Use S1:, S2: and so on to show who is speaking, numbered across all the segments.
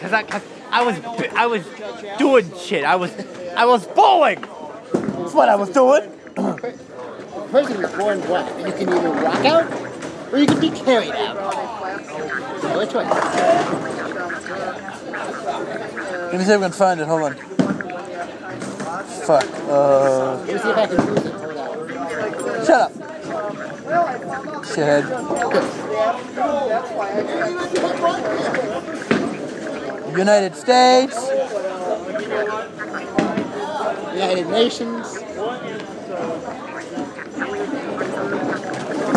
S1: Cause I, cause I was, I was doing shit. I was, I was bowling. That's what I was doing.
S2: First of all, you're born what? You can either rock out or you can be carried out. So which one?
S3: Let me see if I can find it. Hold on. Fuck. Uh,
S2: Let me see if I can use it. Hold on.
S3: shut up. Shithead. United States.
S2: United Nations.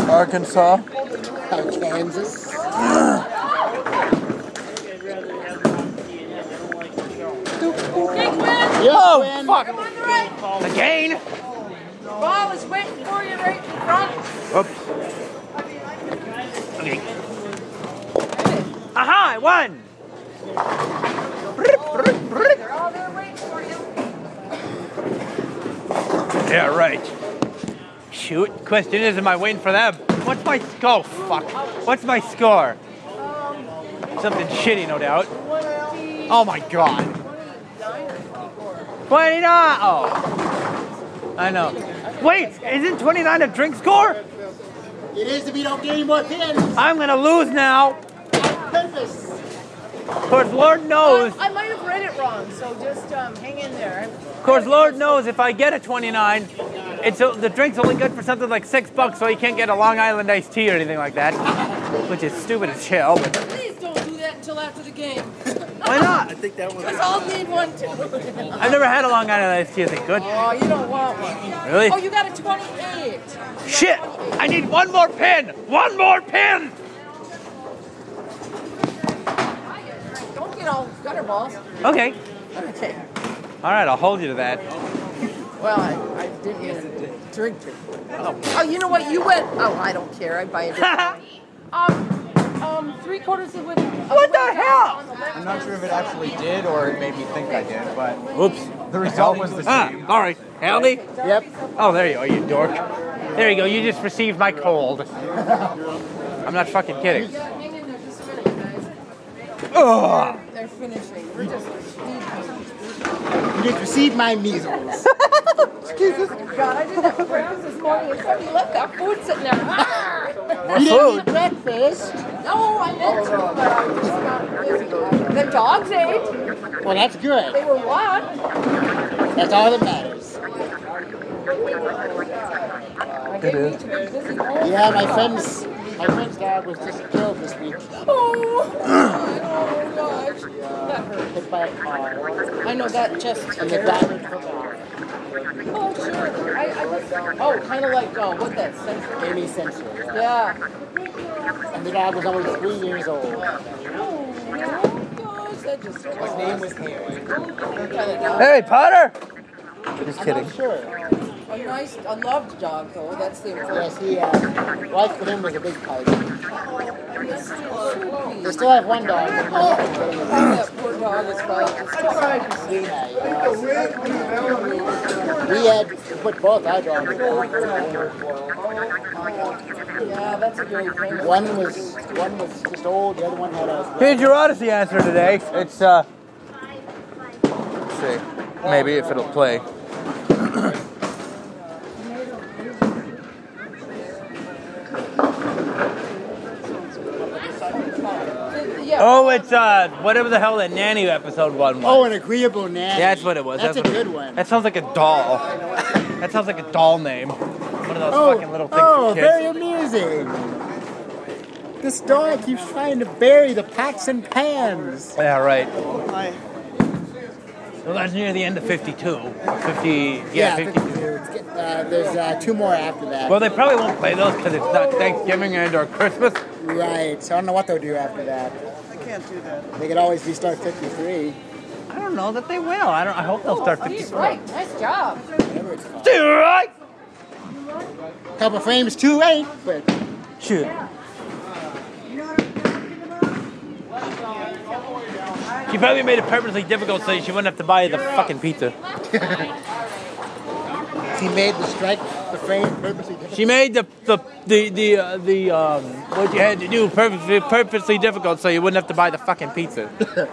S3: Arkansas.
S2: uh, Kansas.
S3: Oh, fuck.
S4: Come on the right.
S1: Again?
S4: Ball is waiting for you right in front.
S1: Oops. Okay. Aha! I won.
S4: They're all there waiting for you.
S1: Yeah, right. Shoot. Question is, am I waiting for them? What's my score? Fuck. What's my score? Something shitty, no doubt. Oh my god. 29. Oh. I know. Wait, isn't 29 a drink score?
S2: It is if you don't get any more pins.
S1: I'm gonna lose now.
S2: On purpose.
S1: Cause Lord knows.
S5: I, I might have read it wrong, so just um, hang in there.
S1: Of course, Lord knows if I get a 29, it's o the drink's only good for something like six bucks, so you can't get a Long Island iced tea or anything like that, which is stupid as hell. But
S5: Please don't do that until after the game.
S1: why not?
S6: think that was.
S5: Because I'll need one too.
S1: I've never had a Long Island iced tea. Is it good?
S5: Oh, you don't want one.
S1: Really?
S5: Oh, you got a 28.
S1: Shit! I need one more pin. One more pin.
S5: Don't get all gutter balls.
S1: Okay.
S5: Okay.
S1: All right, I'll hold you to that.
S5: Well, I, I didn't even drink it. Oh. you know what? You went. Oh, I don't care. I buy a different Um, um, three quarters of a.
S1: What the hell?
S6: I'm not sure if it actually did or it made me think I did, but
S1: Oops.
S6: the result was the
S1: Ah,
S6: same.
S1: all right. Howdy.
S2: Yep.
S1: Oh, there you are, you dork. There you go. You just received my cold. I'm not fucking kidding.
S5: Yeah, hang in there just a minute, guys.
S1: Ugh.
S5: They're finishing. We're just.
S2: You just received my measles.
S5: God, I did that for breakfast this morning and somebody left that food sitting there. Ah!
S2: you didn't eat breakfast.
S5: no, I meant to, but I was just not busy. The dogs ate.
S2: Well, that's good.
S5: They were what?
S2: That's all that matters.
S5: I didn't need to be busy. Oh,
S2: Yeah, my friend's my friend's dog was just killed this week.
S5: Oh, oh gosh. That hurt.
S2: Hit by a car.
S5: I know that just.
S2: And the dog went for dog.
S5: Oh, sure. I, I was, oh, kind of like, oh, what that sense?
S2: Amy Sensor.
S5: Yeah.
S2: And the dog was only three years old.
S5: Oh, gosh, that just. What name was Harry?
S3: Harry Potter. Just kidding.
S2: Not sure.
S5: A nice, a loved dog, though. That's the important.
S2: Yes, he, uh, life for him was a big party.
S5: Yes, it should be.
S2: They still have one dog.
S5: That Oh, poor dog is probably just-
S2: Yeah, yeah. We had to put both our dogs in
S5: Yeah, that's a great thing.
S2: One was one was just old, the other one had a
S3: Here's your Odyssey answer today. It's uh. Let's see. Maybe if it'll play.
S5: Yeah.
S1: Oh, it's uh, whatever the hell that nanny episode one was.
S2: Oh an agreeable nanny.
S1: That's what it was.
S2: That's,
S1: what
S2: a
S1: it-
S2: good one.
S1: That sounds like a doll. that sounds like a doll name. One of those
S2: oh,
S1: fucking little things
S2: oh
S1: for kids.
S2: very amusing. This dog keeps trying to bury the pots and pans.
S1: Yeah, right. Well, that's near the end of 52. 50, yeah, 52.
S2: it's get- uh, there's uh, two more after that.
S1: Well, they probably won't play those because it's not Thanksgiving and or Christmas.
S2: right. So I don't know what they'll do after that. I can't do that. They could always restart 53.
S1: I don't know that they will. I don't. I hope they'll start
S5: He's
S1: 50.
S5: Oh, right. Nice job.
S2: Whatever it's called.
S1: Dude, right?
S2: couple frames too late, but
S3: Shoot.
S1: She probably made it purposely difficult so she wouldn't have to buy the fucking pizza.
S2: he made the strike, the frame purposely. difficult.
S1: She made the the the the, uh, the um, what you had to do purposely purposely difficult so you wouldn't have to buy the fucking pizza.